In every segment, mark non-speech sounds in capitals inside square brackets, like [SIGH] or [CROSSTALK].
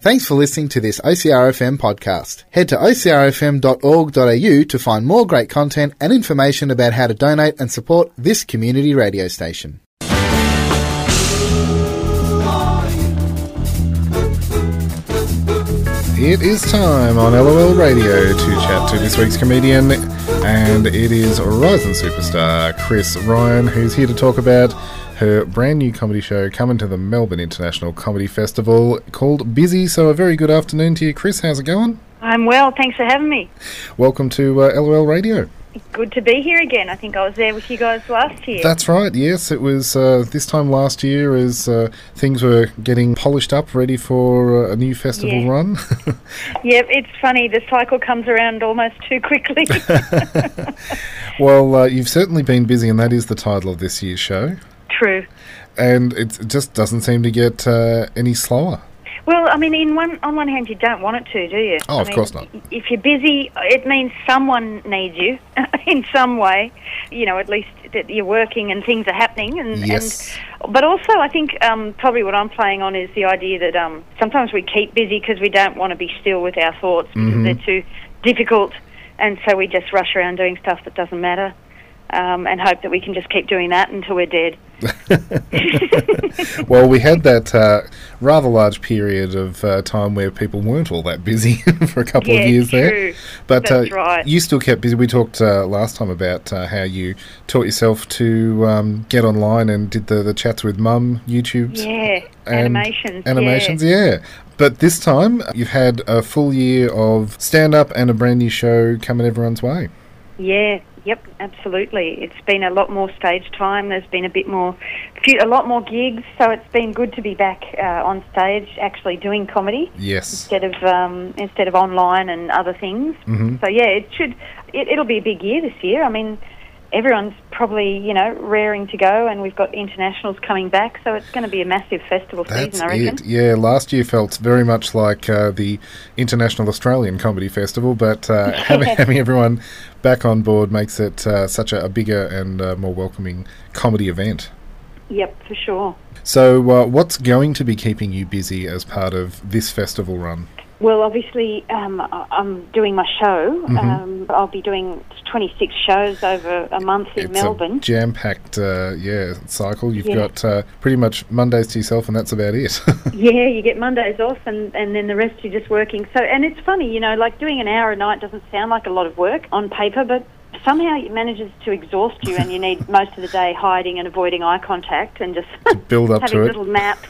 Thanks for listening to this OCRFM podcast. Head to ocrfm.org.au to find more great content and information about how to donate and support this community radio station. It is time on LOL Radio to chat to this week's comedian, and it is rising superstar Chris Ryan, who's here to talk about her brand new comedy show coming to the Melbourne International Comedy Festival called Busy. So, a very good afternoon to you, Chris. How's it going? I'm well, thanks for having me. Welcome to uh, LOL Radio. Good to be here again. I think I was there with you guys last year. That's right. Yes, it was uh, this time last year as uh, things were getting polished up, ready for uh, a new festival Yeah. run. [LAUGHS] yep, it's funny. The cycle comes around almost [LAUGHS] too quickly. well, uh, you've certainly been busy, and that is the title of this year's show. True. and it's, it just doesn't seem to get uh, any slower. Well, I mean, in one on one hand, you don't want it to, do you? Oh, I of mean, course not. i- If you're busy, it means someone needs you [LAUGHS] in some way. You know, at least that you're working and things are happening. And, Yes. and but also, I think um, probably what I'm playing on is the idea that um, sometimes we keep busy because we don't want to be still with our thoughts because Mm-hmm. they're too difficult, and so we just rush around doing stuff that doesn't matter. Um, and hope that we can just keep doing that until we're dead. [LAUGHS] Well, we had that uh, rather large period of uh, time where people weren't all that busy [LAUGHS] for a couple Yeah, of years there. true. But That's uh, right. you still kept busy. We talked uh, last time about uh, how you taught yourself to um, get online and did the, the chats with mum, YouTube. Yeah, and animations. yeah. Animations, yeah. But this time, you've had a full year of stand up and a brand new show coming everyone's way. Yeah, yep, absolutely. It's been a lot more stage time. There's been a bit more, few, a lot more gigs. So it's been good to be back uh, on stage, actually doing comedy Yes. instead of um, instead of online and other things. Mm-hmm. So yeah, it should. It, it'll be a big year this year. I mean, everyone's probably you know raring to go, and we've got internationals coming back. So it's going to be a massive festival That's season, I reckon. it. Yeah, last year felt very much like uh, the International Australian Comedy Festival, but [LAUGHS] uh, having, having everyone back on board makes it uh, such a, a bigger and uh, more welcoming comedy event. Yep, for sure. So, uh, what's going to be keeping you busy as part of this festival run? Well, obviously, um, I- I'm doing my show. Mm-hmm. Um, I'll be doing 26 shows over a month in Melbourne. a jam-packed, uh, yeah, cycle. You've Yeah. got uh, pretty much Mondays to yourself, and that's about it. [LAUGHS] yeah, you get Mondays off, and, and then the rest you're just working. So, and it's funny, you know, like doing an hour a night doesn't sound like a lot of work on paper, but somehow it manages to exhaust you, and [LAUGHS] you need most of the day hiding and avoiding eye contact, and just Build up [LAUGHS] having to it, little [LAUGHS] naps.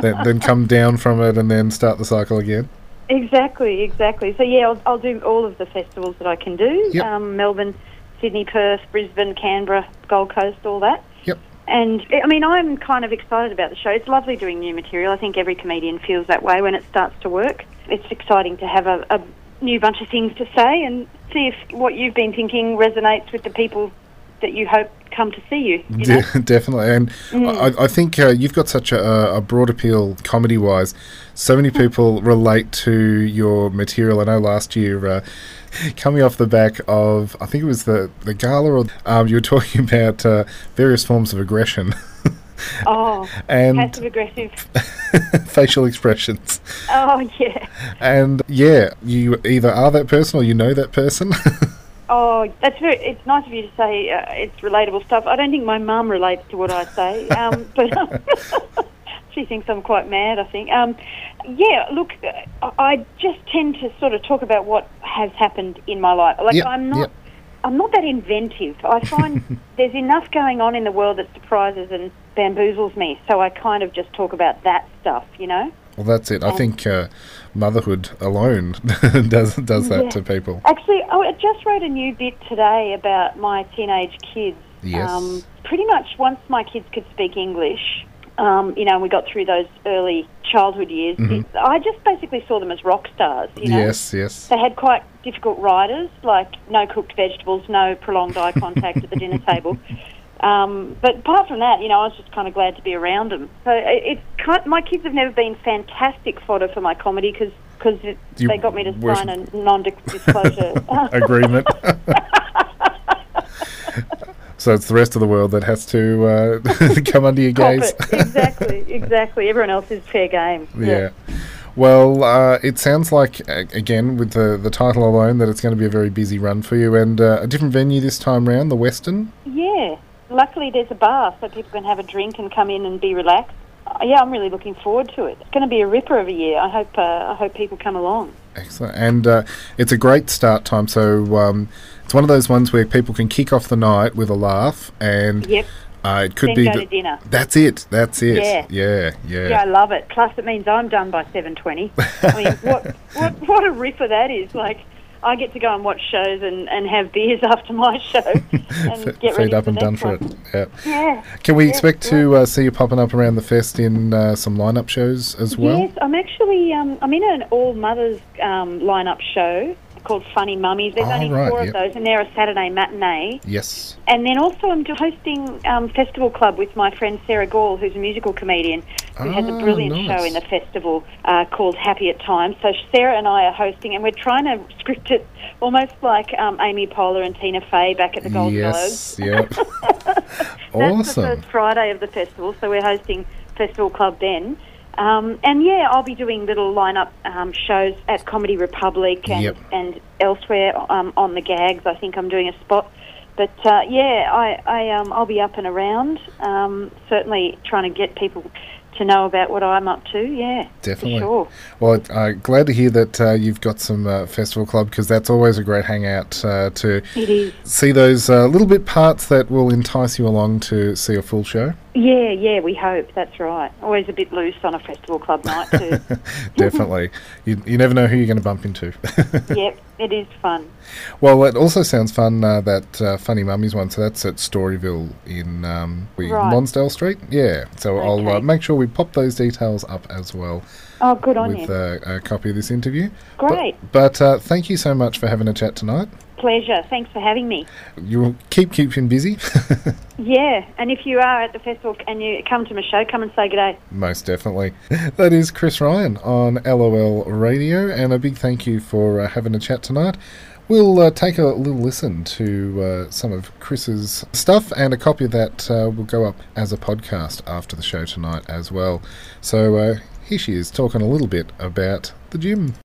then, then come down from it, and then start the cycle again. Exactly, exactly. So yeah, I'll, I'll do all of the festivals that I can do: Yep. um, Melbourne, Sydney, Perth, Brisbane, Canberra, Gold Coast, all that. Yep. And I I mean, I'm kind of excited about the show. It's lovely doing new material. I think every comedian feels that way when it starts to work. It's exciting to have a, a new bunch of things to say and see if what you've been thinking resonates with the people that you hope come to see you. you know? Mm. De- [LAUGHS] definitely, and I, I think uh, you've got such a, a broad appeal comedy-wise. So Mm. many people relate to your material. I know last year, uh, [LAUGHS] coming off the back of I think it was the the gala, or um, you were [LAUGHS] talking about uh, various forms of aggression [LAUGHS] Oh, passive and aggressive. [LAUGHS] facial expressions, Oh yeah. and yeah, you either are that person or you know that person. [LAUGHS] Oh, that's very. It's nice of you to say uh, it's relatable stuff. I don't think my mum relates to what I say, um, [LAUGHS] but she thinks I'm quite mad. I think. Um, yeah, look, uh, I I just tend to sort of talk about what has happened in my life. Like Yep, I'm not. yep. I'm not that inventive. I [LAUGHS] find there's enough going on in the world that surprises and bamboozles me, so I kind of just talk about that stuff, you know? well, that's it. I think uh, motherhood alone [LAUGHS] does does that Yeah. to people. Actually, oh, I just wrote a new bit today about my teenage kids. Um, Yes. pretty much once my kids could speak English, um, you know, and we got through those early childhood years, it- I just basically saw them as rock stars, you know. Mm-hmm. Yes, yes. They had quite difficult riders, like no cooked vegetables, no prolonged eye contact at the [LAUGHS] dinner table. Um, but apart from that, you know, I was just kind of glad to be around them. So uh, it, it kind my kids have never been fantastic fodder for my comedy because You they got me to were- sign a [LAUGHS] non-disclosure. [LAUGHS] agreement. so it's the rest of the world that has to uh, [LAUGHS] come under your gaze. Exactly, exactly. Everyone else is fair game. [LAUGHS] yeah. Well, uh, it sounds like, a- again, with the, the title alone, that it's going to be a very busy run for you. And uh, a different venue this time round, the Western. Yeah. Luckily, there's a bar so people can have a drink and come in and be relaxed. Uh, Yeah, I'm really looking forward to it. It's going to be a ripper of a year. I hope. Uh, I hope people come along. Excellent. And uh, it's a great start time. So um, it's one of those ones where people can kick off the night with a laugh. And Yep. uh, it could Then be. go that- to dinner. That's it. That's it. Yeah. Yeah. Yeah. Yeah, I love it. Plus, it means I'm done by seven [LAUGHS] twenty. I mean, what what what a ripper that is! Like, I get to go and watch shows and, and have beers [LAUGHS] after my show [LAUGHS] and F- get Feed ready up for and the done next for one. it. Yeah. Yeah. Can we Yeah, expect to uh, see you popping up around the fest in uh, some lineup shows as well? Yes, I'm actually um, I'm in an all mothers um, lineup show called Funny Mummies. There's Oh, only right, four yep. of those, and they're a Saturday matinee. Yes. And then also I'm do- hosting um, Festival Club with my friend Sarah Gall, who's a musical comedian who has a Ah, brilliant nice. show in the festival uh, called Happy at Times. So Sarah and I are hosting, and we're trying to [LAUGHS] script it almost like um, Amy Poehler and Tina Fey back at the Golden Globes. [LAUGHS] Yes. Yeah. That's the awesome. first Friday of the festival, so we're hosting Festival Club then. Um, and yeah, I'll be doing little lineup um, shows at Comedy Republic and, Yep. and elsewhere um, on the gags. I think I'm doing a spot. But uh, yeah, I, I, um, I'll be up and around, um, certainly trying to get people to know about what I'm up to. Yeah, for Definitely. sure. Well, uh, glad to hear that uh, you've got some uh, festival club because that's always a great hangout uh, to It is. see those uh, little bit parts that will entice you along to see a full show. [LAUGHS] Yeah, yeah, we hope. That's right. Always a bit loose on a Festival Club night, [LAUGHS] too. Definitely. [LAUGHS] You, you never know who you're going to bump into. [LAUGHS] yep, it is fun. well, it also sounds fun uh, that uh, Funny Mummies one. So that's at Storyville in um, we- Right. Lonsdale Street. Yeah. So I'll uh, Okay. make sure we pop those details up as well. Oh, good on with you. uh, a copy of this interview. But- Great. But, uh, thank you so much for having a chat tonight. Pleasure. Thanks for having me. You'll keep keeping busy. [LAUGHS] Yeah, and if you are at the festival and you come to my show, come and say good day. Most definitely. [LAUGHS] That is Chris Ryan on LOL Radio, and a big thank you for uh, having a chat tonight. We'll uh, take a little listen to uh, some of Chris's stuff, and a copy of that uh, will go up as a podcast after the show tonight as well. So uh, here she is talking a little bit about the gym.